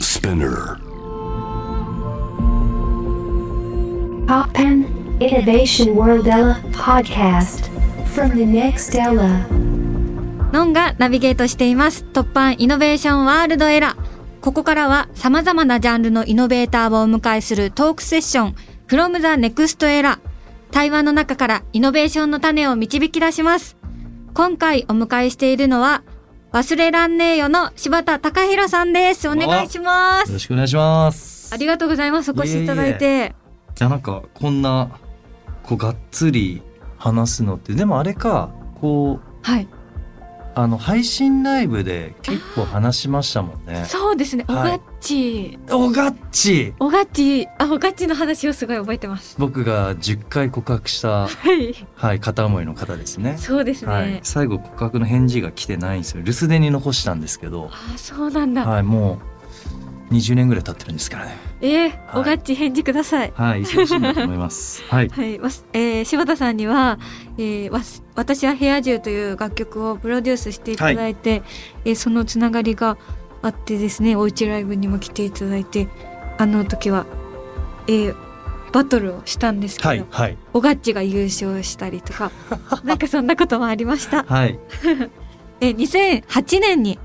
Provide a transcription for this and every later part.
Spinner. Poppen Innovation World Ella podcast from the next Ella. ノンがナビゲートしています。突破イノベーションワールドエラー。ここからは様々なジャンルのイノベーターをお迎えするトークセッション from the next era。対話の中からイノベーションの種を導き出します。今回お迎えしているのは忘れらんねえよの柴田隆弘さんです。お願いしまよすろ。しくお願いします。ありがとうございます。お越しいただいて。いやなんかこんなこうがっつり話すのってでもあれかこうはい。あの配信ライブで結構話しましたもんね。そうですね。おはいがっち。おがっちおがっち。あ、おがっちの話をすごい覚えてます。僕が10回告白しはた、い。はい、片思いの方ですね。そうですね。はい、最後告白の返事が来てないんですよ留守電に残したんですけど、あー、そうなんだ。はい、もう20年ぐらい経ってるんですからねえーはいおがっち返事ください。はい忙しいなと思いますはいはい、わすえー柴田さんには、えーわす私は部屋中という楽曲をプロデュースしていただいて、えーそのつながりがあってですね、おうちライブにも来ていただいて、あの時は、えーバトルをしたんですけど、はいはいおがっちが優勝したりと か、なんかそんなこともありました。はいえー2008年に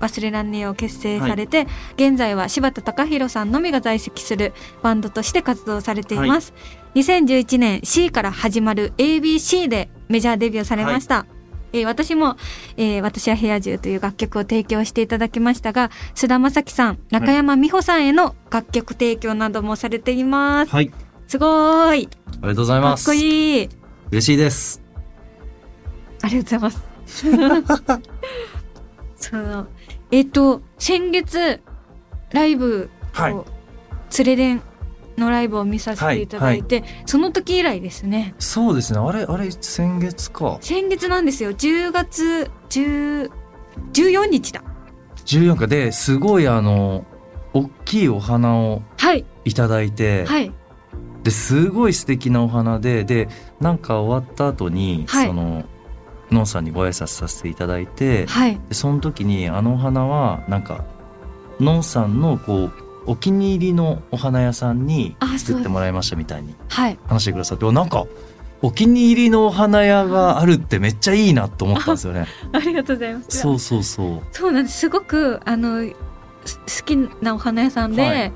忘れらんねえを結成されて、現在は柴田隆弘さんのみが在籍するバンドとして活動されています、2011年 C から始まる ABC でメジャーデビューされました、えー私も、えー私は部屋中という楽曲を提供していただきましたが、菅田将暉さん、中山美穂さんへの楽曲提供などもされています。はいすごーい。ありがとうございかまっすこいい。嬉しいですありがとうござい ます。そのえっ、と先月ライブを、はい連れ電のライブを見させていただいて、その時以来ですね。そうですね。あれ、あれ、先月か。先月なんですよ。10月10 14日だ。 14日で、すごいあの、大きいお花をはいいただいて、はいで、すごい素敵なお花で、で、なんか終わった後に、はいその、のんさんにご挨拶させていただいて、はいでその時に、あのお花は、なんか、のんさんの、こう、お気に入りのお花屋さんにあそう作ってもらいましたみたいにはい。話してくださって、おなんか、お気に入りのお花屋があるってめっちゃいいなと思ったんですよね。ありがとうございます。そうそうそう。そうなんです。すごく、あの、す好きなお花屋さんで、はい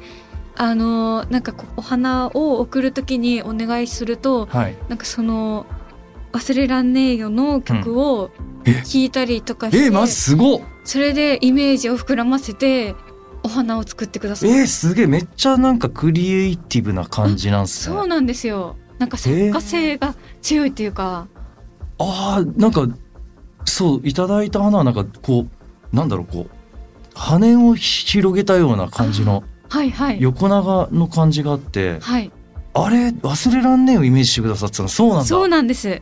あの、なんかこう、お花を送るときにお願いすると、はい。なんかその「忘れらんねえよ」の曲をえ聴いたりとかして、えー、まずすごっそれでイメージを膨らませてお花を作ってくださいえー、すげえめっちゃなんかクリエイティブな感じなんすねそうなんですよなんか作家性が強いっていうか、あーなんかそういただいた花はなんかこうなんだろうこう羽を広げたような感じのはいはい横長の感じがあってはいあれ忘れらんねえをイメージしてくださってたのそうなんだそうなんです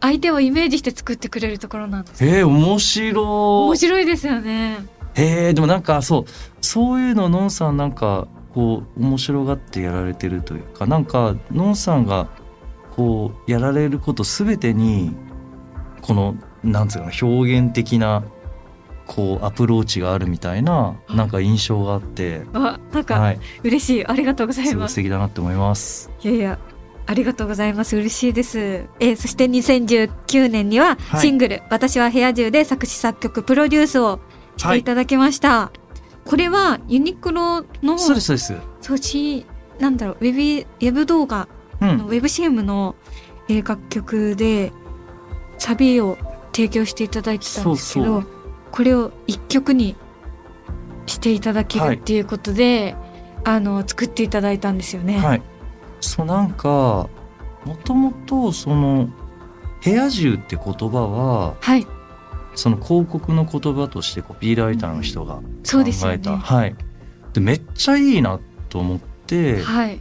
相手をイメージして作ってくれるところなんですえー、面白面い白いですよねえー、でもなんかそうそういうののんさんなんかこう面白がってやられてるというかなんかのんさんがこうやられることすべてにこのなんつうの表現的なこうアプローチがあるみたいななんか印象があって、あなんはかい、嬉しい、ありがとうございすまごいす素敵だなって思います。いやいや、ありがとうございます。嬉しいです。えーそして2019年にははいシングル、私は部屋中で作詞作曲プロデュースをしていただきました。これはユニクロの、そうそでうすそうです。し、なんだろう、ウェブ、ウェブ動画うの、ん。ウェブ CM の、えー楽曲で、サビを提供していただいてたんですけど、そうこれを一曲にしていただけるっていうことで、あの、作っていただいたんですよね。はい。そうなんかもともとその部屋中って言葉ははい、その広告の言葉としてコピーライターの人が考そうですよえた、ね。はい、でめっちゃいいなと思ってはい。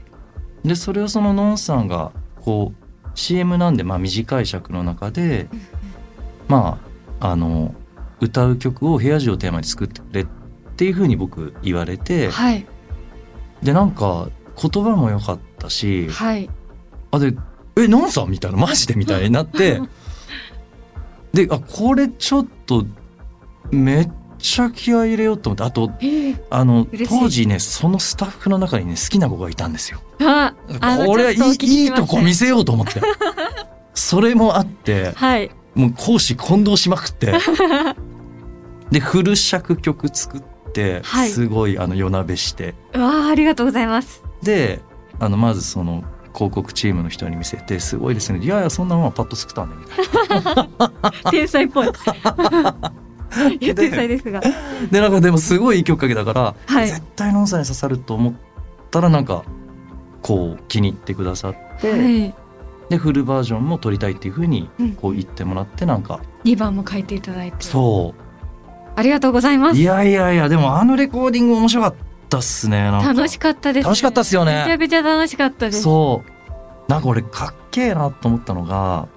でそれをそののんさんがこう CM なんでまあ短い尺の中でまああの歌う曲を部屋中をテーマに作ってくれっていうふうに僕言われてはい。でなんか言葉も良かったしはい。あで「えなんさん?」みたいなマジでみたい になってであこれちょっとめっちゃ気合い入れようと思ってあとえあの嬉しい当時ねそのスタッフの中にね好きな子がいたんですよ。ああのこれはいちょっおい聞きいしいましたとこ見せようと 思ってそれもあってはいもう講師混同しまくって でフル尺曲作ってはいすごいあの夜なべしてうわあありがとうございますであのまずその広告チームの人に見せて「すごいですね」いやいやそんなもんはパッと作ったんで」みたい天才っ ぽいいやで天才ですがな。でなんかでもすごいいい曲かけたから、はい絶対ノンさんに刺さると思ったらなんかこう気に入ってくださって、はいでフルバージョンも撮りたいっていうふうにうんこう言ってもらってなんか、 2番も書いていただいてそありがとうございまうすいやいやいやでもあのレコーディング面白かったっすねなんか楽しかったです楽しかったっすよねめちゃめちゃ楽しかったですそうなんか俺かっけえなと思ったのが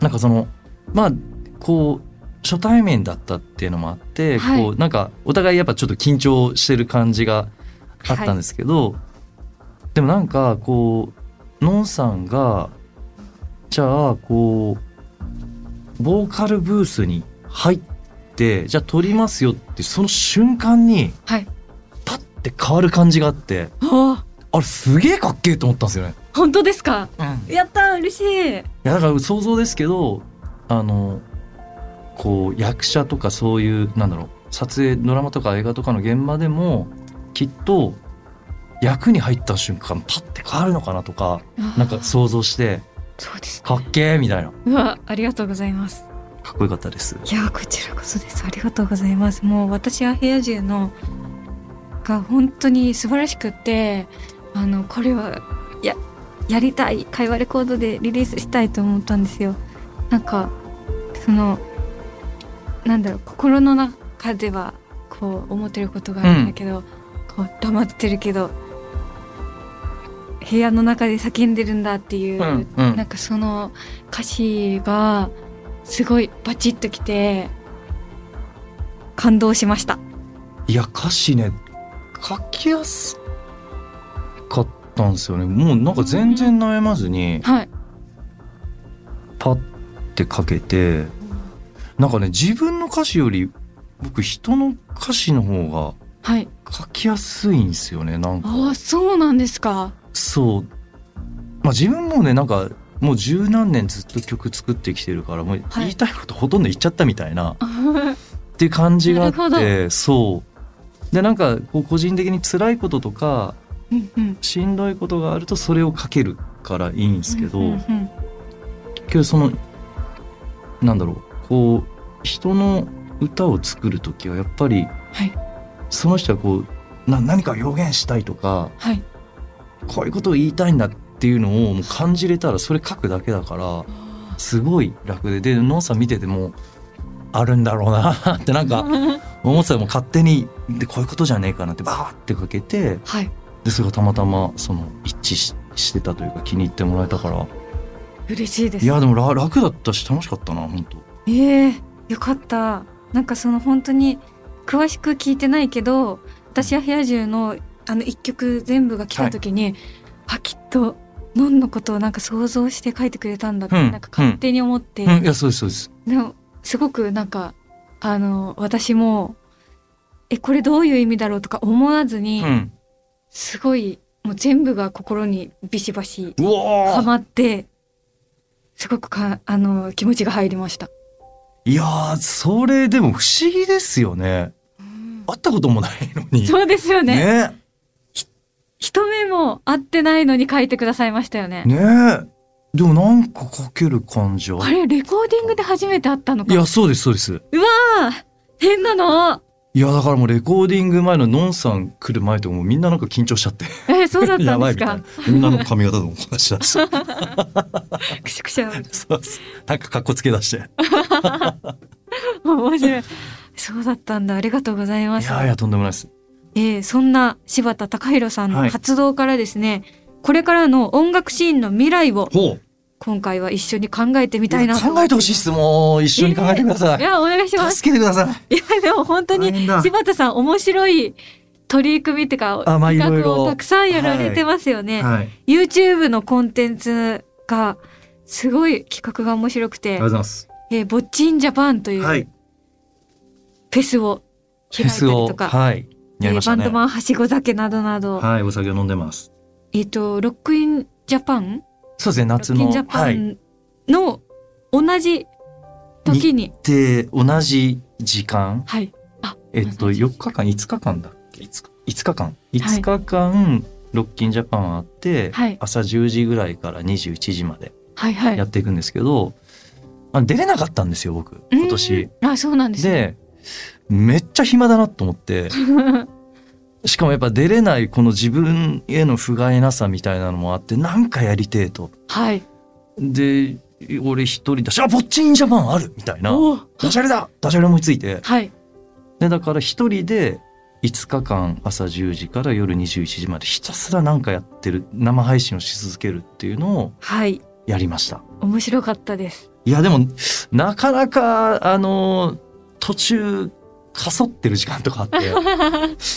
なんかそのまあこう初対面だったっていうのもあって、はいこうなんかお互いやっぱちょっと緊張してる感じがあったんですけど、でもなんかこうのんさんがじゃあこうボーカルブースに入ってじゃあ撮りますよってその瞬間にはいパッて変わる感じがあっておーあれすげえかっけえと思ったんですよね。本当ですかいやったー嬉しいやだから想像ですけどあのこう役者とかそういうなんだろう撮影ドラマとか映画とかの現場でもきっと役に入った瞬間パッて変わるのかなとかなんか想像してそうですかっけえみたいなうわありがとうございますかっこよかったです。いやこちらこそですありがとうございますもう私は部屋中のが本当に素晴らしくってあのこれはややりたい会話レコードでリリースしたいと思ったんですよなんかそのなんだろう心の中ではこう思ってることがあるんだけど、こう黙ってるけど部屋の中で叫んでるんだっていう、うんうんなんかその歌詞がすごいバチッときて感動しました。いや歌詞ね書きやすかったんですよねもうなんか全然悩まずにはい。パッてかけてなんかね自分の歌詞より僕人の歌詞の方がはい。書きやすいんですよねなんかああ、そうなんです か。そうまあ自分もねなんかもう十何年ずっと曲作ってきてるからもうはい言いたいことほとんど言っちゃったみたいな、はっていう感じがあなっるてそうでなんかこう個人的に辛いこととかい。うんうん。しんどいことがあるとそれを書けるからいいんですけど、うんうんけどそのなんだろうこう人の歌を作る時はやっぱり、はいその人はこうな何かを表現したいとか はい。こういうことを言いたいんだっていうのをもう感じれたらそれ書くだけだからすごい楽ででノンさん見ててもあるんだろうな ってなんか思ってたらもう勝手にでこういうことじゃねえかなってバーってかけてはい。でそれがたまたまその一致ししてたというか気に入ってもらえたから嬉しいです。いやでもら楽だったし楽しかったな本当ええよかった。なんかその本当に詳しく聞いてないけど、私は部屋中のあの一曲全部が来た時に、あきっとのんのことをなんか想像して書いてくれたんだって、うんなんか勝手に思って、うん、いや、そうです、そうです。でもすごくなんかあの私もえこれどういう意味だろうとか思わずに、うん。すごいもう全部が心にビシバシうはわーまってすごくかあの気持ちが入りました。いやー、それでも不思議ですよね。会ったこともないのに。そうですよねね。一目も合ってないのに書いてくださいましたよね。ねでもなんか書ける感じはあ。れレコーディングで初めて会ったのいか。や、そうです、そうです。あ変なの。いや、だからもうレコーディング前ののんさん来る前とかもうみんななんか緊張しちゃって。えそうだったやんばですいみたいかな。。みんなの髪型とかもこんなしだし。そうくしゃくしゃですなんか格好つけ出して。い面白い。そうだったんだ。ありがとうございます。やいや、とんでもないです。えーそんな柴田隆弘さんはのい活動からですね、これからの音楽シーンの未来をほう。今回は一緒に考えてみたいなと考えてほしいっす。もう、一緒に考えてくださいやお願いしまい。す助けてください。いやでも本当大に変だ柴田さん面白い取り組みっていうかあまあ企いろい画ろをたくさんやられてますよね、はい。あり YouTube のコンテンツがすごい企画が面白くてがとうございます。 「えー、ぼっちんジャパン」という、はい。フェスを開いたりとか、はいやりましたバンねドマンはしご酒などなど、はいお酒を飲んでますえっ、とロックインジャパンそうですねロッ夏クインのジャパはいンの同じ時に、で同じ時間はい、えっと同じ時間4日間5日間だっけ 5, 日間5日間ロッキンジャパンあって、はい朝10時ぐらいから21時まではいはいやっていくんですけど、あ出れなかったんですよ僕今年。うんあそうなんですね。でめっちゃ暇だなと思ってしかもやっぱ出れないこの自分への不甲斐なさみたいなのもあってなんかやりてえと。 はい。で俺一人だしあぼっちんジャパンあるみたいなおーダジャレだダジャレ思いついてはいでだから一人で5日間朝10時から夜21時までひたすらなんかやってる生配信をし続けるっていうのをはいやりました面白かったです。いやでもなかなかあの途中かそってる時間 とかあって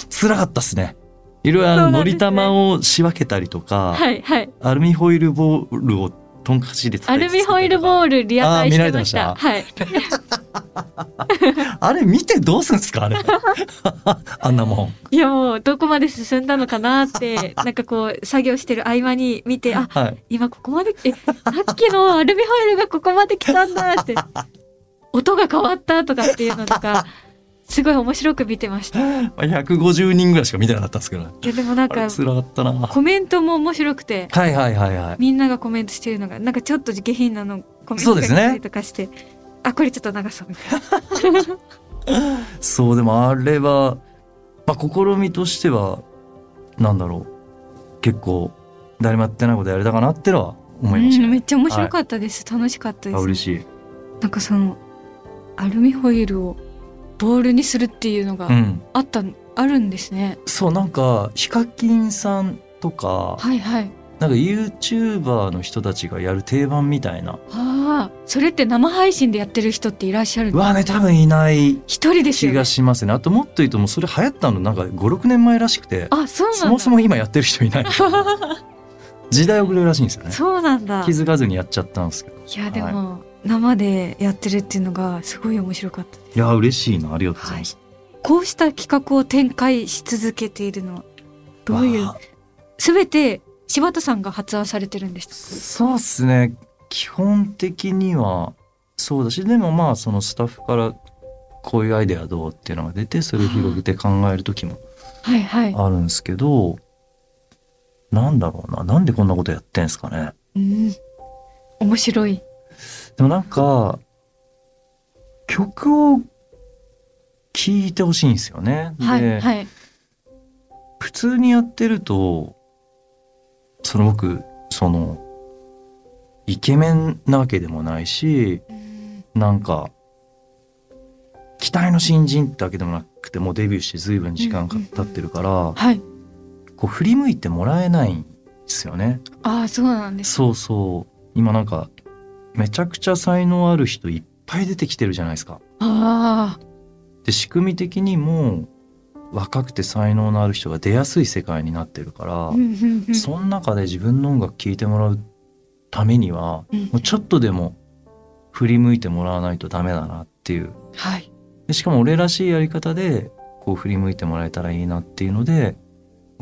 辛かったっすねいろいろあそのうなのんですりね玉を仕分けたりとか、はいはい。アルミホイルボールをトンカチでア叩いルて作ミったりとかホイルボールリアタイしてました。あはい。あれ見てどうすん すかあれあんなもんいやもうどこまで進んだのかなって、 なんかこう作業してる合間に見て、あ、はい今ここまで、え、さっきのアルミホイルがここまで来たんだ って、音が変わったとかっていうのとか、すごい面白く見てました。いまあ150人ぐらいしか見てなかったんですけどねやでもなんあれか辛かったなはコメントも面白くて、いはいはいはいみんながコメントしてるのが、なんかちょっと下品なのコメンそトがう来ですねたりとかして、あ、これちょっと長そうみたいそうでもあれは、まあ、試みとしてはなんだろう結構誰もやってないことやれたかなってのは思いましな。たうん、めね、っちゃ面白かったです。楽しかったであす。嬉しい、なんかそのアルミホイルをボールにするっていうのうがん、あった、あるんですね。そうなんかヒカキンさんとかはいはい。なんか YouTuber の人たちがやる定番みたいなああ、それって生配信でやってる人っていらっしゃるんうですかわね多分いない一人です気よ、ねが。しますねあともっと言うともうそれ流行ったのなんか56年前らしくてあ、そうなんだ。そもそも今やってる人い ない時代遅れらしいんですよねそうなんだ。気いづかずにやっちゃったんですけどやでも、生でやってるっていうのがすごい面白かった。いや嬉しいなありがとうございます、こうした企画を展開し続けているのはどういうわあすべて柴田さんが発案されてるんですそうですね基本的にはそうだしでもまあそのスタッフからこういうアイデアどうっていうのが出てそれを広げて考える時もか。はいはい。あるんですけどなんだろうななんでこんなことやってんすかねうん。面白い。でもなんか曲を聴いてほしいんですよね。で、はいはい。普通にやってるとその僕そのイケメンなわけでもないしうんなんか期待の新人ってわけでもなくてもうデビューして随分時間が経ってるから、はい。こう振り向いてもらえないんですよね。ああ、そうなんです。そうそう今なんかめちゃくちゃ才能ある人いっぱい出てきてるじゃないですか。ああ、で仕組み的にも若くて才能のある人が出やすい世界になってるから。うんうんうん。その中で自分の音楽聴いてもらうためには、うんもうちょっとでも振り向いてもらわないとダメだなっていう。はい。でしかも俺らしいやり方で、こう振り向いてもらえたらいいなっていうので、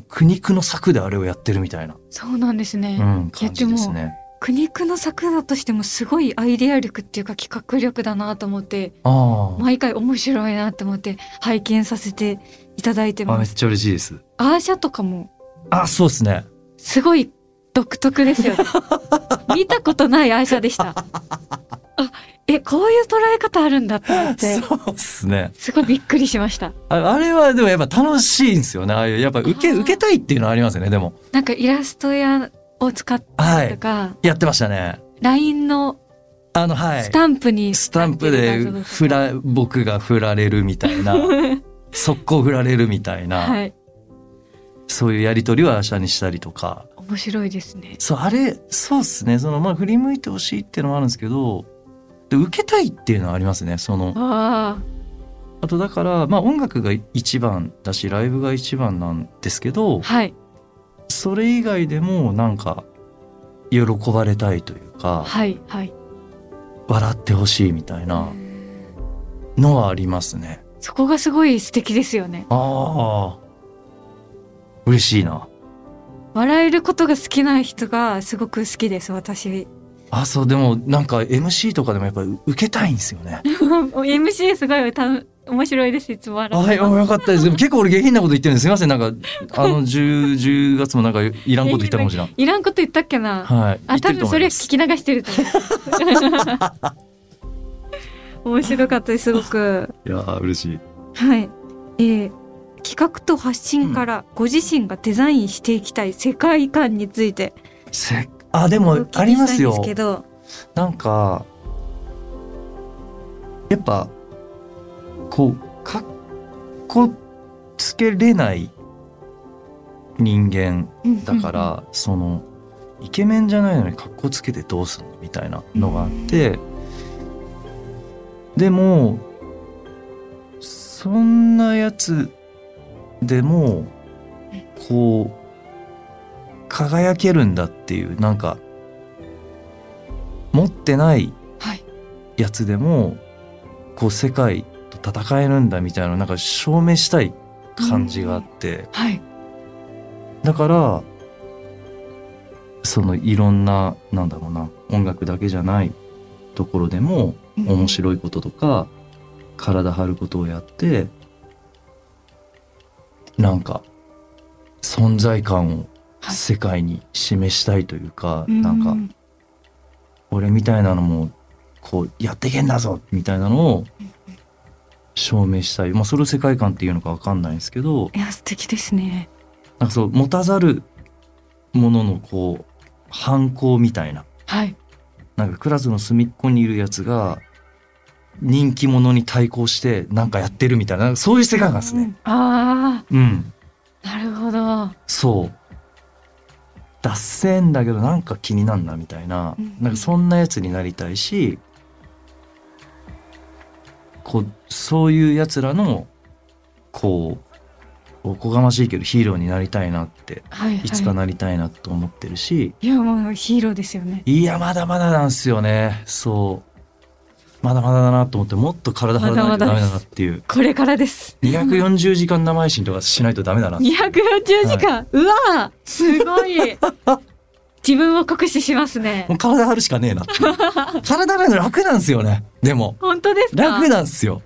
苦肉の策であれをやってるみたいな、そうなんですね。うん、いや感じですね。苦肉の作だとしてもすごいアイデア力っていうか企画力だなと思って、あー毎回面白いなと思って拝見させていただいてあ、めまっす。ちゃ嬉しいです。アーシャとかもあ、そうですね。すごい独特です よね。見たことないアーシャでした。あ、え、こういう捉え方あるんだと思って、そうですね。すごいびっくりしました。ああれはでもやっぱ楽しいんですよね。ああいう、やっぱ受け、あー受けたいっていうのはありますよね、でも。なんかイラストやを使ったはりとい。か、やってましたね。 LINE のあの、はい。スタンプにスタンプで振ら僕が振られるみたいな速攻振られるみたいな、はいそういうやり取りを明日にしたりとか面白いですねそうあれそうっすねそのまあ振り向いてほしいっていうのもあるんですけどで受けたいっていうのはありますねそのああとだからまあ音楽が一番だしライブが一番なんですけあどはいそれ以外でもなんか喜ばれたいというかはいはい笑ってほしいみたいなのはありますね。そこがすごい素敵ですよねああ嬉しいな笑えることが好きな人がすごく好きです私 あそうでもなんか MC とかでもやっぱり受けたいんですよ ね MC すごい歌う面白いですいつもあ笑はいあよかったですでも結構俺下品なこと言ってるんですすいませんなんかあ の 10, 10月もなんかいらんこと言ったかもしれないいらんこと言ったっけなはい言あって多ると分思そいれま聞すき流してると 思う面白かったですすごくいやー嬉しいはい、えー企画と発信からご自身がデザインしていきたい世界観についてせあでおも聞きしたいあんりでますよすけどなんかやっぱこうかっこつけれない人間だから、そのイケメンじゃないのにかっこつけてどうすんのみたいなのがあって、でもそんなやつでもこう輝けるんだっていうなんか持ってないはいやつでもこう世界と戦えるんだみたいななんか証明したい感じがあって。はいだからそのいろんななんだろうな音楽だけじゃないところでも面白いこととか、体張ることをやってなんか存在感をはい世界に示したいというか、うなんか俺みたいなのもこうやっていけんだぞみたいなのを証明したい、まあ、それを世界観っていうのか分かんないんですけど、いや素敵ですねなんかそう持たざるもののこう反抗みたいなはいなんかクラスの隅っこにいるやつが人気者に対抗してなんかやってるみたいななんかそういう世界観ですね。あうん、あなるほどそう脱線だけどなんか気になんなみたいなうんなんかそんなやつになりたいしこうそういうやつらのこうおこがましいけどヒーローになりたいなってはい、はい、いつかなりたいなと思ってるし、いやもうヒーローですよねい、やまだまだなんすよねそうまだまだだなと思ってもっと体張らないまとだダまだメですだなっていうこれからです240時間生配信とかしないとダメだな240時間、うわーすご い自分を酷使しますねもう体張るしかねえなっていう 体張るの楽なんすよねでも本当ですか楽なんすよ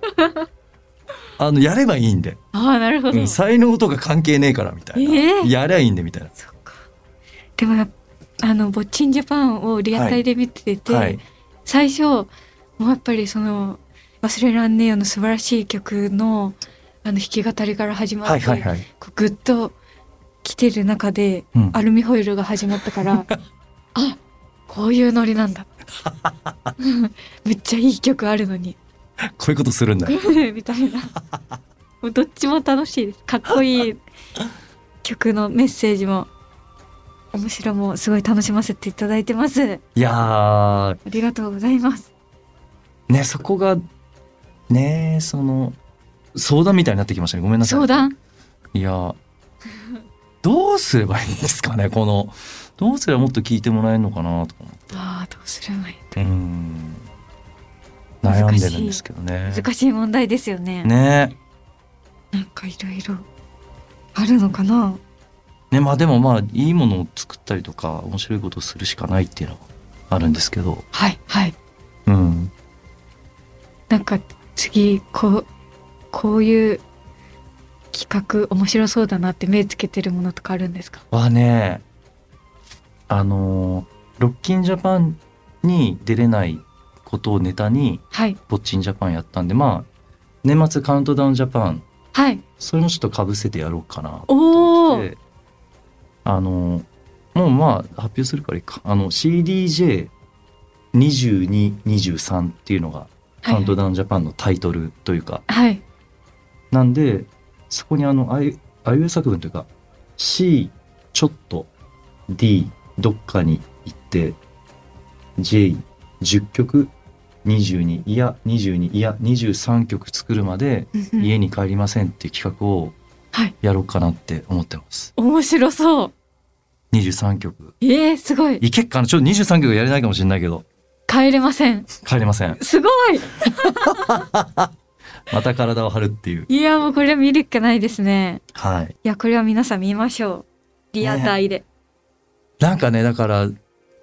あのやればいいんで、ああなるほうど、ん、才能とか関係ねえからみたいな、ええやりゃいいんでみたいなそっか。でもやっあのボッチンジャパンをリアタイで見てて、はい最初もうやっぱりその忘れらんねえよの素晴らしい曲のあの弾き語りから始まって、はいはいはいこうグッと来てる中で、うんアルミホイルが始まったから あこういうノリなんだ めっちゃいい曲あるのにこういうことするんだよ みたいなもうどっちも楽しいですかっこい い曲のメッセージも面白もすごい楽しませていただいてますいやーありがとうございますねそこがねその相談みたいになってきましたねごめんなさい相談いやどうすればいいんですかねこ のどうすればもっと聞いてもらえるのかなとか思っああどうすればいいてうん悩んでるんですけどね難しい問題ですよねねなんかいろいろあるのかなねまあでもまあいいものを作ったりとか面白いことをするしかないっていうのはあるんですけどはいはいうんなんか次こうこういう企画面白そうだなって目つけてるものとかあるんですかはねあのロッキンジャパンに出れないことをネタにはいぼっちんジャパンやったんでまあ年末カウントダウンジャパンはいそれもちょっとかぶせてやろうかなおおであのもうまあ発表するからいいかあの CDJ2223 っていうのがカウントダウンジャパンのタイトルというか、はいなんでそこにあのあいうあいうえお作文というか C ちょっと D どっかに行って J10 曲22いや22いや23曲作るまでうんうん家に帰りませんっていう企画をはいやろうかなって思ってます。面白そう23曲えー、すごいいけっかなちょっと23曲やれないかもしれないけど帰れません帰れませんすごいまた体を張るっていう。いやもうこれは見るっきゃないですねはい。いやこれは皆さん見ましょうリアタイで、なんかね、だから、で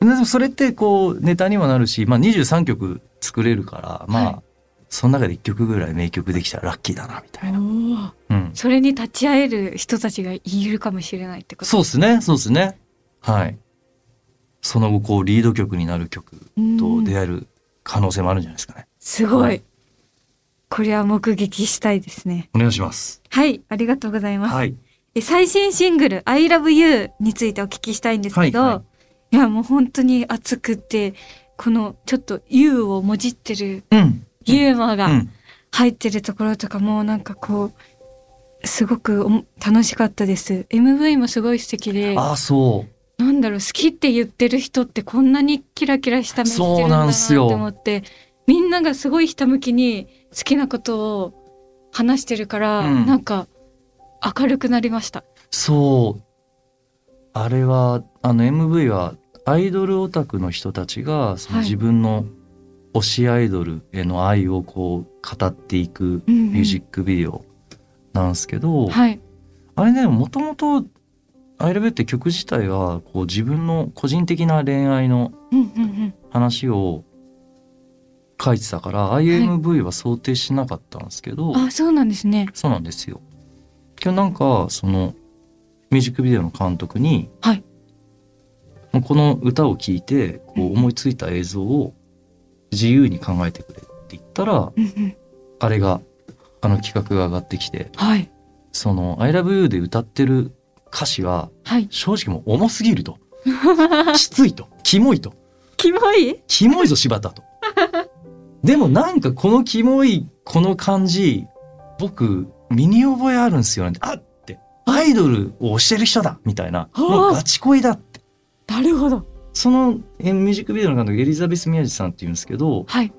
もそれってこう、ネタにもなるし、まあ23曲作れるから、まあ、はその中で1曲ぐらい名曲できたらラッキーだな、みたいな。おーうん。それに立ち会える人たちがいるかもしれないってことそうですね、そうですね。はい。その後、こう、リード曲になる曲と出会える可能性もあるんじゃないですかね。すごい、はいこれは目撃したいですねお願いします。はいありがとうございます、はい。え最新シングル「ILOVEYOU」についてお聞きしたいんですけど、はいいはいやもう本当に熱くてこのちょっと「U」をもじってるうん。ユーモアうがん。入ってるところとかもなんかこうすごくおも楽しかったです MV もすごい素敵でああ、そう。なんだろう好きって言ってる人ってこんなにキラキラした目してるんだなって思ってみんながすごいひたむきに好きなことを話してるから、うんなんか明るくなりました。そう。あれは、あの MV はアイドルオタクの人たちが、そのはい自分の推しアイドルへの愛をこう語っていくミミュージックビデオなんですけど、はい、あれね、もともとアイラブって曲自体はこう自分の個人的な恋愛のうんうんうん、話を書いてたから、ああいう MV は想定しなかったんですけど、あそうなんですね。そうなんですよ。今日なんかそのミュージックビデオの監督に、はいもうこの歌を聴いてこううん思いついた映像を自由に考えてくれって言ったら、うんうん、あれがあの企画が上がってきてはいその「ILOVEYOU」で歌ってる歌詞ははい。正直もう重すぎ るときついとキモいとキモい？キモいぞ柴田 と。でもなんかこのキモいこの感じ僕身に覚えあるんですよね。あってアイドルを推してる人だみたいなはあもうガチ恋だってなるほど。そのえミュージックビデオの監督エリザベス・宮治さんっていうんですけどはい。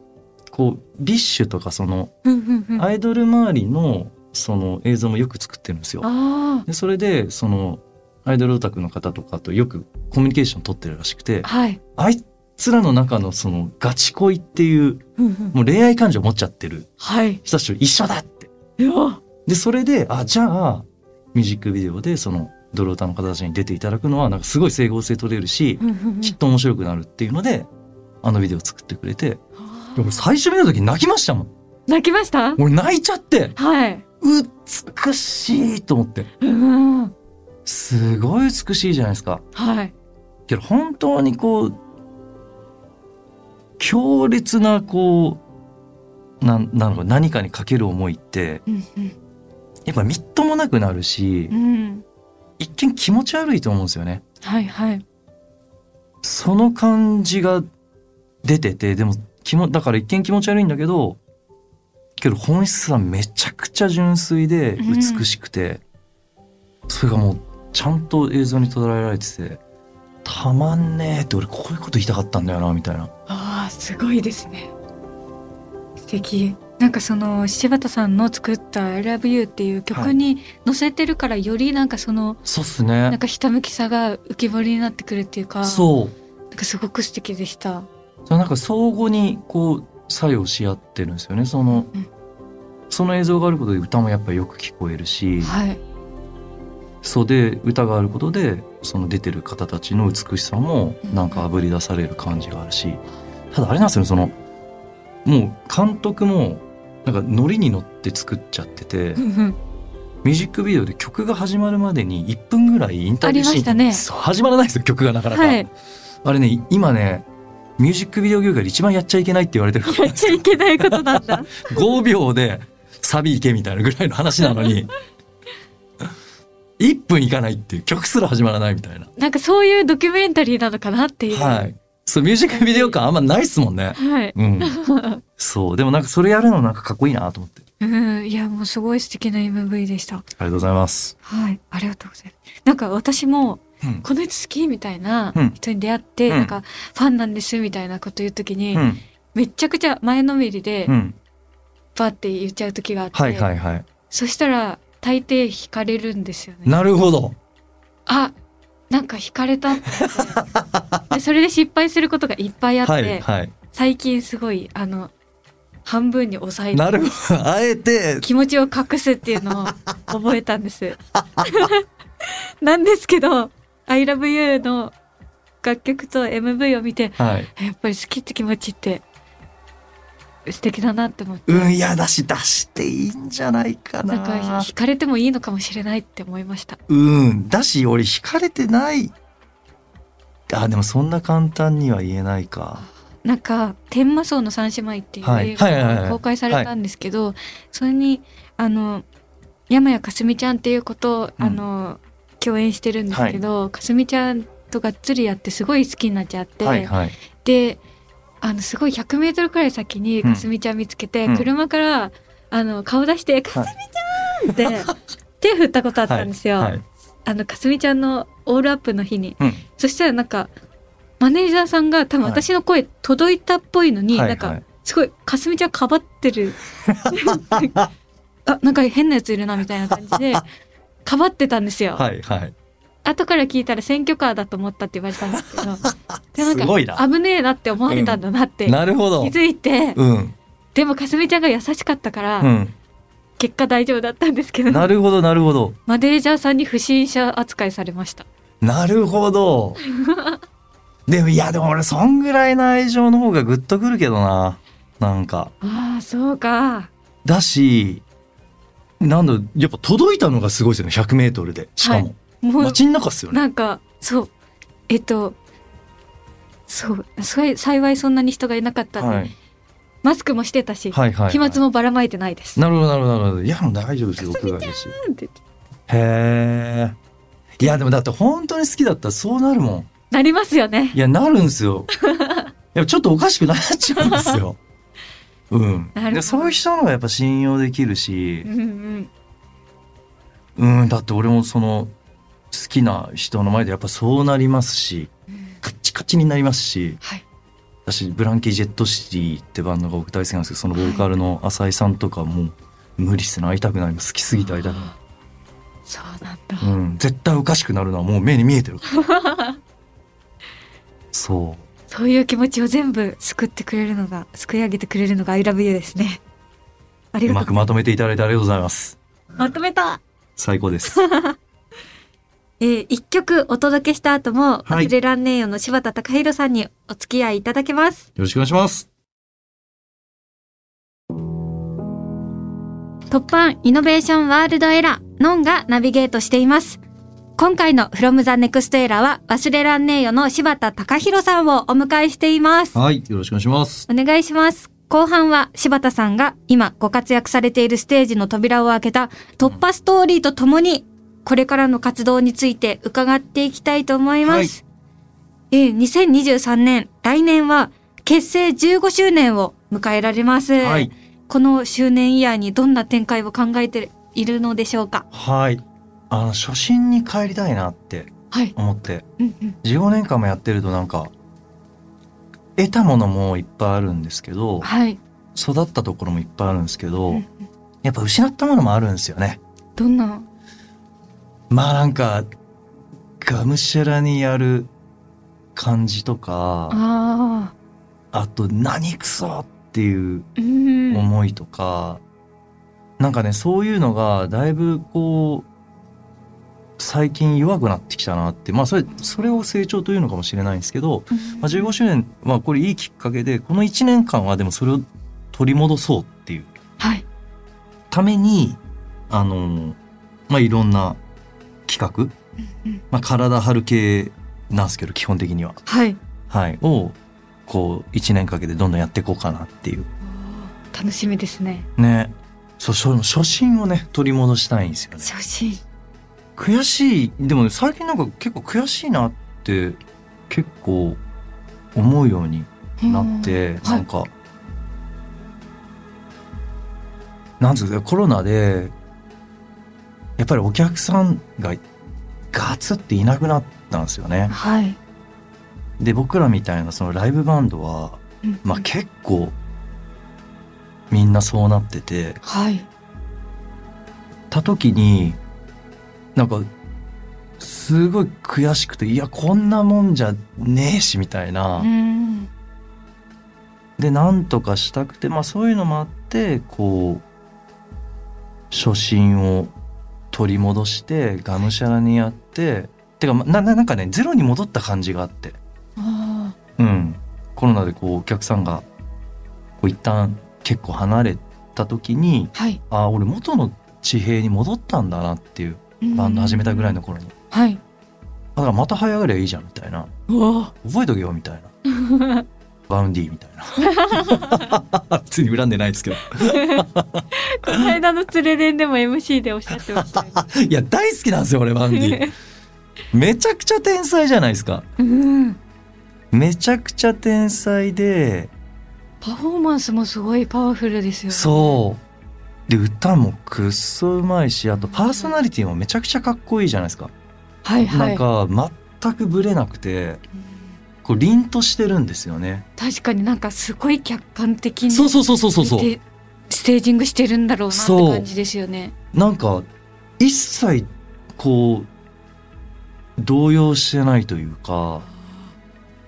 こうビッシュとかそのうんうんうん。あアイドル周りのその映像もよく作ってるんですよ。あでそれでそのアイドルオタクの方とかとよくコミュニケーション取ってるらしくてはい。あいつらの中のそのガチ恋っていううんうんもう恋愛感情持っちゃってるはい。人たちと一緒だって。いやで、それで、あ、じゃあ、ミュージックビデオで、その、ドロータの方たちに出ていただくのは、なんかすごい整合性取れるしう、んうんうんきっと面白くなるっていうので、あのビデオ作ってくれて、あでもー最初見た時泣きましたもん。泣きました？俺泣いちゃって、はい。美しいと思って。うんうん。すごい美しいじゃないですか。はい。けど本当にこう、強烈な、こう、なん、なのか、何かにかける思いって、うんうん。やっぱみっともなくなるしう、ん、一見気持ち悪いと思うんですよね。はいはい。その感じが出てて、でも気も、だから一見気持ち悪いんだけど、けど本質はめちゃくちゃ純粋でうん美しくて、それがもうちゃんと映像に捉えられてて、たまんねえって俺こういうこと言いたかったんだよな、みたいな。ああ、すごいですね。素敵。なんかその柴田さんの作った「I Love You」っていう曲に載せてるからよりなんかそのそうっすなんね。かひたむきさが浮き彫りになってくるっていうかそう。なんかすごく素敵でした。それなんか相互にこう作用し合ってるんですよね。そのうん、その映像があることで歌もやっぱよく聞こえるし、はい。そうで歌があることでその出てる方たちの美しさもなんかあぶり出される感じがあるしただあれなんですよねそのもう監督もなんかノリに乗って作っちゃっててうんうんミュージックビデオで曲が始まるまでに1分ぐらいインタビューシーあンりましたねそう始まらないですよ曲がなかなか、はい。あれね今ねミュージックビデオ業界で一番やっちゃいけないって言われてるからやっちゃいけないことなんだ。 5秒でサビいけみたいなぐらいの話なの に1分いかないっていう曲すら始まらないみたいななんかそういうドキュメンタリーなのかなっていう。は。い。そう、ミュージックビデオ感あんまないっすもんね。はい。うん。そう。でもなんかそれやるのなんかかっこいいなと思って。あうん、いや、もうすごい素敵な MV でした。りがとうございます。はい。ありがとうございます。なんか私も、うん。この人好きみたいなうん人に出会って、うんなんかファンなんですみたいなこと言うときに、うん。めっちゃくちゃ前のめりでう、ん。バーって言っちゃうときがあって、はいはいはい。そしたら大抵惹かれるんですよね。なるほど。あなんか惹かれた ってでそれで失敗することがいっぱいあって、はいはい。最近すごいあの半分に抑えなてるほどあ えて気持ちを隠すっていうのを覚えたんです なんですけど「ILOVEYOU」の楽曲と MV を見てはいやっぱり好きって気持ちって素敵だなって思ってうんいやだし出していいんじゃないかななんか惹かれてもいいのかもしれないって思いましたうんだし俺惹かれてないあでもそんな簡単には言えないかなんか「天魔荘の三姉妹」っていうはい映画はいはいはいが公開されたんですけど、それにあの山谷かすみちゃんっていうことを、うんあの共演してるんですけど、かすみちゃんとがっつりやってすごい好きになっちゃって、はいはいであのすごい 100m くらい先にうんかすみちゃん見つけて、うん車からあの顔出して「かすみちゃん!」って 手振ったことあったんですよ。はいあのかすみちゃんのオールアップの日にうんそしたらなんかマネージャーさんが多分はい私の声届いたっぽいのに、はいなんはかいすごいかすみちゃんかばってる あなんか変なやついるなみたいな感じでかばってたんですよ、はいはい後から聞いたら選挙カーだと思ったって言われたんです けどでなんすごいかな危ねえなって思われたんだなって気なるほどづいて、うんでもかすみちゃんが優しかったから、うん結果大丈夫だったんですけどなるほどなるほどマネージャーさんに不審者扱いされましたなる ほどでもいやでも俺そんぐらいの愛情の方がグッとくるけどななんかああそうかだしなんだやっぱ届いたのがすごいですよね 100m でしかも、もう街の中っすよねなんかそうえっとそうそれ幸いそんなに人がいなかったんで、はいマスクもしてたし、はいはいはい飛沫もばらまいてないです。なるほどなるほどなるほどいやもう大丈夫ですよ屋外だしなんてへえいやでもだって本当に好きだったらそうなるもんなりますよね。いやなるん すよやっぱちょっとおかしくなっちゃうんですようんなるほどでそういう人の方がやっぱ信用できるうしんうん、うんだって俺もその好きな人の前でやっぱそうなりますしカッチカチになりますしはい。私ブランキー・ジェット・シティってバンドが僕大好きなんですけどそのボーカルの浅井さんとかもう無理っすね会いたくない好きすぎて会いたくないそうなんだ。うん、絶対おかしくなるのはもう目に見えてるから そそういう気持ちを全部救ってくれるのが、救い上げてくれるのが I love you ですね。あうりうがまとくう。まとめていただいてありがとうございますまとめた。最高ですえー、一曲お届けした後も、はい忘れらんねえよの柴田隆弘さんにお付き合いいただけます。ろしくお願いします突版イノベーションワールドエラー、ノンがナビゲートしています。今回の From the Next Era は忘れらんねえよの柴田隆弘さんをお迎えしています。はいよろしくお願いしますお願いします。後半は柴田さんが今ご活躍されているステージの扉を開けた突破ストーリーとともにこれからの活動について伺っていきたいと思います。えー2023年、来年は結成15周年を迎えられます。はいこの周年イヤーにどんな展開を考えているのでしょうかはいあの初心に帰りたいなってはい。思ってうんうん。 15年間もやってるとなんか得たものもいっぱいあるんですけどはい。育ったところもいっぱいあるんですけど、うんうんやっぱ失ったものもあるんですよねどんなまあなんかがむしゃらにやる感じとかああ。あと「何くそ!」っていううん。思いとか、なんかねそういうのがだいぶこう最近弱くなってきたなってまあそれそれを成長というのかもしれないんですけど、まあ、15周年まあこれいいきっかけでこの1年間はでもそれを取り戻そうっていうはい。ためにあのまあいろんな企画、うんうんまあ、体張る系なんですけど基本的には、はい。はい、をこう1年かけてどんどんやっていこうかなっていう楽しみですね。ねそうその初心をね取り戻したいんですよね初心。悔しいでもね最近なんか結構悔しいなって結構思うようになって、うんなんか、なんつうんですかコロナでやっぱりお客さんがガツっていなくなったんですよねはい。で僕らみたいなそのライブバンドは、うんまあ、結構みんなそうなってて、はい。った時になんかすごい悔しくていやこんなもんじゃねえしみたいなうん。でなんとかしたくて、まあ、そういうのもあってこう初心を取り戻してがむしゃらにやっててかまなななんかねゼロに戻った感じがあって、あうん、コロナでこうお客さんがこう一旦結構離れた時にーはいああ俺元の地平に戻ったんだなっていうバンド始めたぐらいの頃にはいだからまた早上がりゃいいじゃんみたいなうわ覚えとけよみたいな バウンディみたいな 普通に恨んでないですけどこの間の「つれれん」でも MC でおっしゃってましたよねいや大好きなんですよ俺バウンディめちゃくちゃ天才じゃないですか うんめちゃくちゃ天才でパフォーマンスもすごいパワフルですよねそうで歌もくっそうまいしあとパーソナリティもめちゃくちゃかっこいいじゃないですか、はいはなんいか全くブレなくてこう凛としてるんですよね確かになんかすごい客観的にそうそうそうそうそうそう見てステージングしてるんだろうなってそう感じですよねなんか一切こう動揺してないというか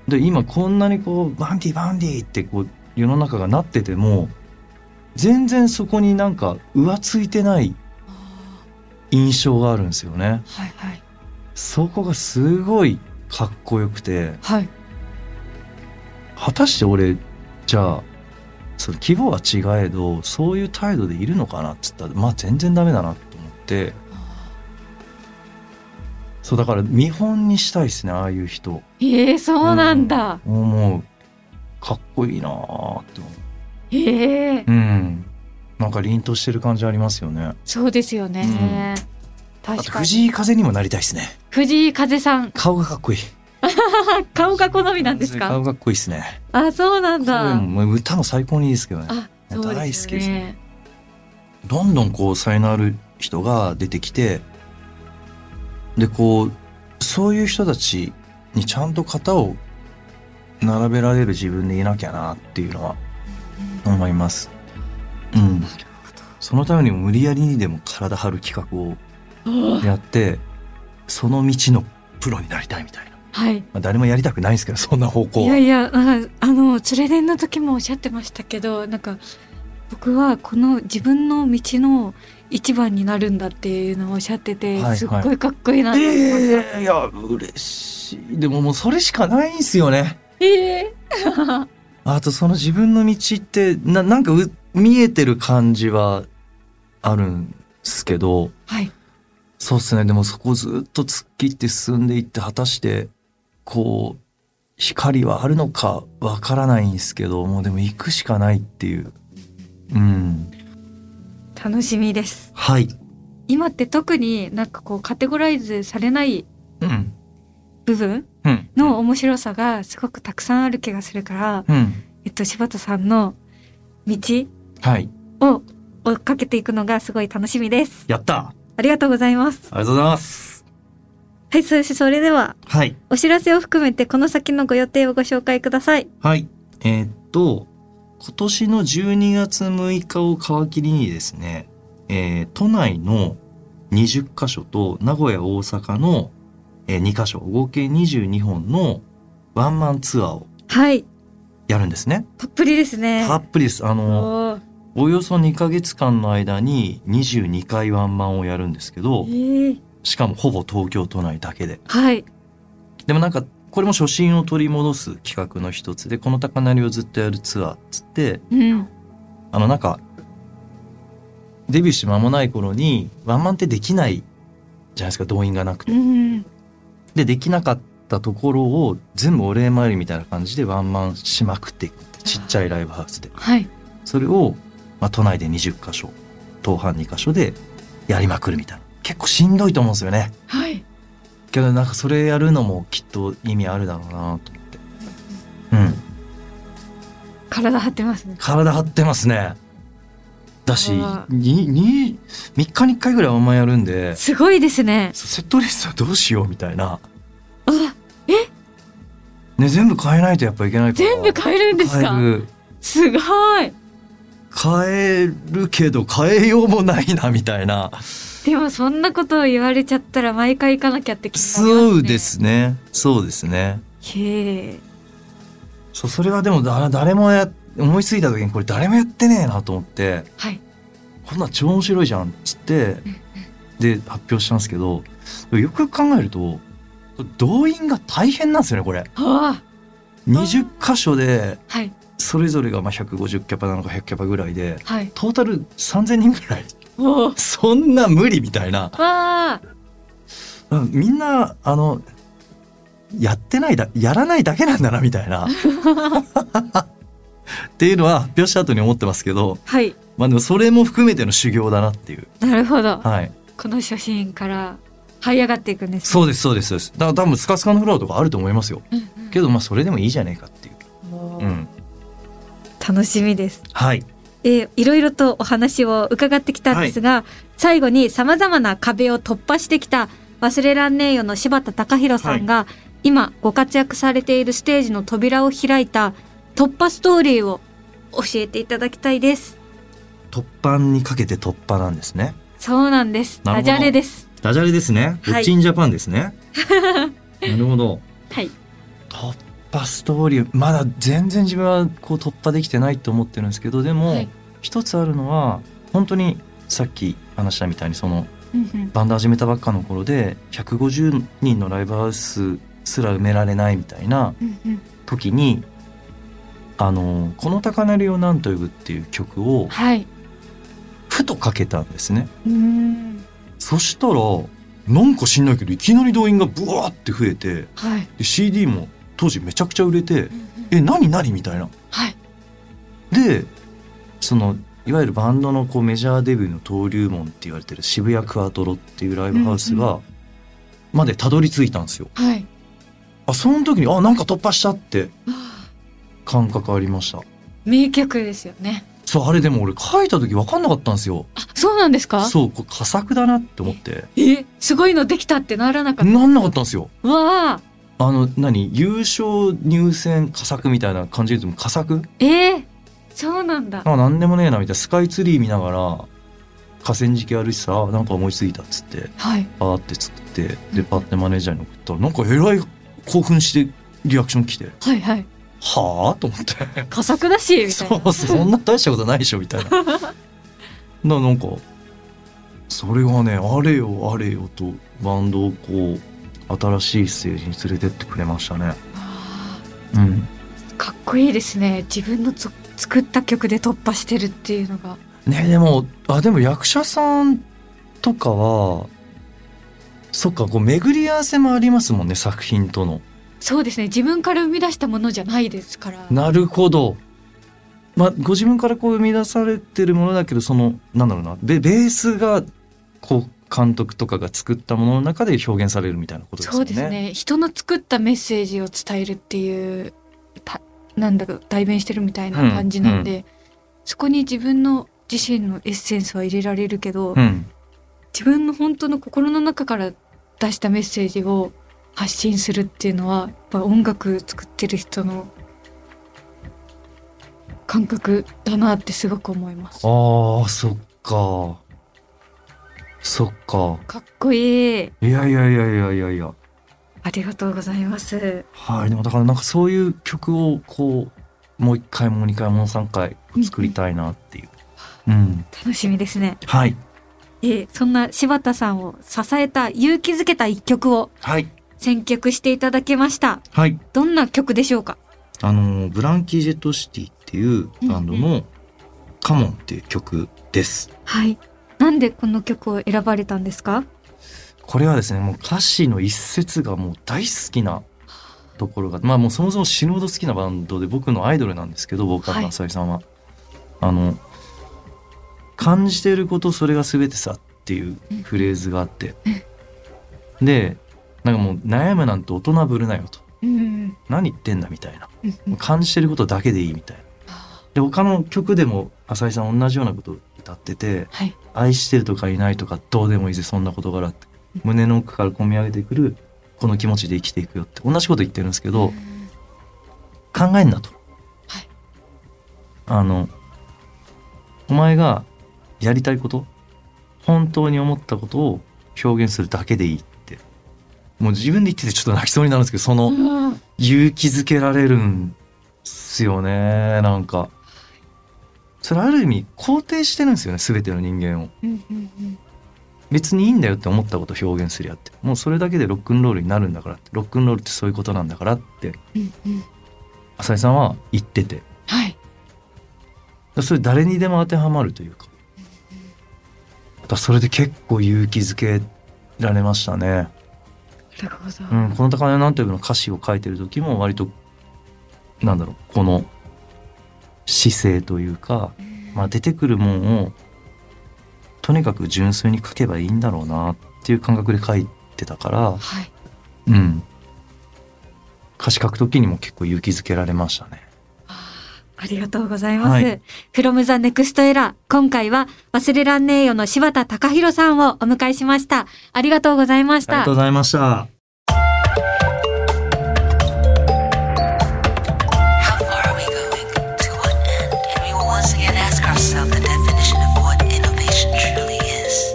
で今こんなにこうバンディバンディってこう世の中がなってても全然そこになんか浮ついてない印象があるんですよね。はいはいそこがすごいかっこよくてはい果たして俺じゃあその規模は違えどそういう態度でいるのかなっつったらまあ全然ダメだなと思ってそうだから見本にしたいですねああいう人えー、そうなんだ、思うかっこいいなーって思ええーううんなんか凛としてる感じありますよねそうですよね、あ確とかに藤井風にもなりたいですね藤井風さん顔がかっこいいあ顔が好みなんですか顔がかっこいいですねあそうなん声だも歌も最高にいいですけどねあそうで大好すきよですねどんどんこう才能ある人が出てきてでこうそういう人たちにちゃんと型を並べられる自分でいなきゃなっていうのは思います。うん、そのためにも無理やりにでも体張る企画をおーやってその道のプロになりたいみたいな、まはいあ、誰もやりたくないんですけどそんな方向いやいやああの連れ伝の時もおっしゃってましたけどなんか僕はこの自分の道の一番になるんだっていうのをおっしゃってて、はいはいすっごいかっこいいなって思いましええいや嬉しいでももうそれしかないんすよね。たえあとその自分の道ってななんかう見えてる感じはあるんすけどーはいそうっすねでもそこをずっと突っ切って進んでいって果たしてこう光はあるのかわからないんすけどもうでも行くしかないっていううん楽しみですはい今って特になんかこうカテゴライズされないうん部分うんの面白さがすごくたくさんある気がするから、うんえっと、柴田さんの道はいを追っかけていくのがすごい楽しみです。やったあありがとうございます。りがとうございますはい、そしてそれでは、はいお知らせを含めてこの先のご予定をご紹介ください。はい。えーっと、今年の12月6日を皮切りにですね、えー都内の20カ所と名古屋、大阪の、えー2カ所、合計22本のワンマンツアーをはい、やるんですね。たっぷりですね。たっぷりです。あの、おーおよそ2ヶ月間の間に22回ワンマンをやるんですけどえ、ーしかもほぼ東京都内だけで。はい、でもなんか、これも初心を取り戻す企画の一つで、この高鳴りをずっとやるツアーっつって、うん、あのなんか、デビューして間もない頃に、ワンマンってできないじゃないですか、動員がなくうて。ん、で、できなかったところを全部お礼参りみたいな感じでワンマンしまくっていくってちっちゃいライブハウスで。はい。それを、まあ、都内で20カ所、東半2カ所でやりまくるみたいな。結構しんどいと思うんですよね。はい。けどなんかそれやるのもきっと意味あるだろうなと思って。うん。体張ってますね。体張ってますね。だし、あに、に、3日に1回ぐらいワンマンやるんで、すごいですね。そうセットリストはどうしようみたいな。あ、ね、全部変えないとやっぱいけないから。全部変えるんですか変える。すごい。変えるけど変えようもないなみたいな。でもそんなことを言われちゃったら毎回行かなきゃって気になりますね。そうで。すね。そうですね。へえ。そう、それはでもだ誰もや、思いついた時にこれ誰もやってねえなと思ってはいこんなん超面白いじゃんっつってで発表したんですけどよくよく考えると動員が大変なんですよねこれ。はあ20箇所ではいそれぞれがまあ150キャパなのか100キャパぐらいではいトータル3,000人ぐらいおおわそんな無理みたいなあうんみんなあのやってないだやらないだけなんだなみたいな。っていうのは発表した後に思ってますけど、はいまあ、でもそれも含めての修行だなっていう、なるほどはい、この初心から這い上がっていくんですそうですそうですそうですだから多分スカスカのフロアとかあると思いますようんうんけどまあそれでもいいじゃねえかっていう、おーうん、楽しみですはいえーいろいろとお話を伺ってきたんですが、最後にさまざまな壁を突破してきた忘れらんねえよの柴田貴弘さんが、今ご活躍されているステージの扉を開いた突破ストーリーを教えていただきたいです。突破にかけて突破なんですねそうなんです。なるダほジどャレです。ダジャレですねはいンジャパンで すねなるほどはい。突破ストーリーまだ全然自分はこう突破できてないと思ってるんですけどでも、はい一つあるのは本当にさっき話したみたいにそのうんうんバンド始めたばっかの頃で150人のライブハウスすら埋められないみたいなうんうん時に「あのこの高鳴りをなんと呼ぶ」っていう曲をはい。ふとかけたんですね。うーん。そしたらなんか知んないけどいきなり動員がブワーって増えてはい。で CD も当時めちゃくちゃ売れうんてうん「え何何?」みたいな。はい。でそのいわゆるバンドのこうメジャーデビューの登竜門って言われてる渋谷クアトロっていうライブハウスが、までたどり着いたんですよ。はい。あその時にあなんか突破したってあー感覚ありました。名曲ですよね。そうあれでも俺書いた時分かんなかったんですよ。あ、そうなんですか。そうこれ佳作だなって思ってえ、すごいのできたってならなかっなんなかったんですよ。た。わあ。あの何優勝入選佳作みたいな感じで言っても佳作えー、そうなんだ。なんか何でもねえなみたいなスカイツリー見ながら河川敷歩いてたらあなんか思いついたっつってはい。パーって作ってでパッてマネージャーに送ったらなんかえらい興奮してリアクション来てははいはい。あと思って佳作だし、みたいそな。うそうそんな大したことないでしょみた いなななんかそれがねあれよあれよとバンドをこう新しいステージに連れてってくれましたねあうんーかっこいいですね。自分のつ作った曲で突破してるっていうのが。ねでもあでも役者さんとかはそっかこう巡り合わせもありますもんね作品とのそうですね。自分から生み出したものじゃないですから。なるほど。まあ、ご自分からこう生み出されてるものだけど、その、なんだろうな、ベベースが、こう、監督とかが作ったものの中で表現されるみたいなことですそようね。ですね。人の作ったメッセージを伝えるっていう、たなんだか代弁してるみたいな感じなんで、そこに自分の自身のエッセンスは入れられるけど、うん。自分の本当の心の中から出したメッセージを発信するっていうのはやっぱ音楽作ってる人の感覚だなってすごく思います。ああ、そっか。そっか。かっこいい。いやいやいやいやいやいや。ありがとうございます。はい。でもだからなんかそういう曲を、こう、もう一回、もう二回、もう三回作りたいなっていう。うん。楽しみですね。はい。えーそんな柴田さんを支えた勇気づけた一曲をはい。選曲していただきました。はい。どんな曲でしょうか。あのブランキー・ジェット・シティっていうバンドうんの「カモン」っていう曲です。はい。なんでこの曲を選ばれたんですか。これはですねもう歌詞の一節がもう大好きなところがまあもうそもそも死ぬほど好きなバンドで僕のアイドルなんですけどボーカルの浅井さんは。あの感じていることそれが全てさっていうフレーズがあって、でなんかもう悩むなんて大人ぶるなよとうん。何言ってんだみたいなうんうもうん感じてることだけでいいみたいな。で他の曲でも浅井さん同じようなことを歌っててはい。 「愛してる」とか「いない」とか「どうでもいいぜそんな事柄」って胸の奥から込み上げてくるこの気持ちで生きていくよって同じこと言ってるんですけど考えんなと。はいあのお前がやりたいこと本当に思ったことを表現するだけでいいってもう自分で言っててちょっと泣きそうになるんですけどそのうん勇気づけられるんすよねなんかそれある意味肯定してるんですよね全ての人間をうんうんうん別にいいんだよって思ったことを表現するやってもうそれだけでロックンロールになるんだからってロックンロールってそういうことなんだからってうんうん浅井さんは言っててはいそれ誰にでも当てはまるというかだからそれで結構勇気づけられましたね、なるほど、うん、この高嶺なんていうの歌詞を書いてる時も割となんだろうこの姿勢というか、まあ、出てくるもんをとにかく純粋に書けばいいんだろうなっていう感覚で書いてたから、はいうん、歌詞書く時にも結構勇気づけられましたね。ありがとうございます。はい From the Next Era。今回は忘れらんねえよの柴田隆弘さんをお迎えしました。ありがとうございましありがたとう。ございました。 How far are we going? To what end? And we will once again ask ourselves the definition of what innovation truly is.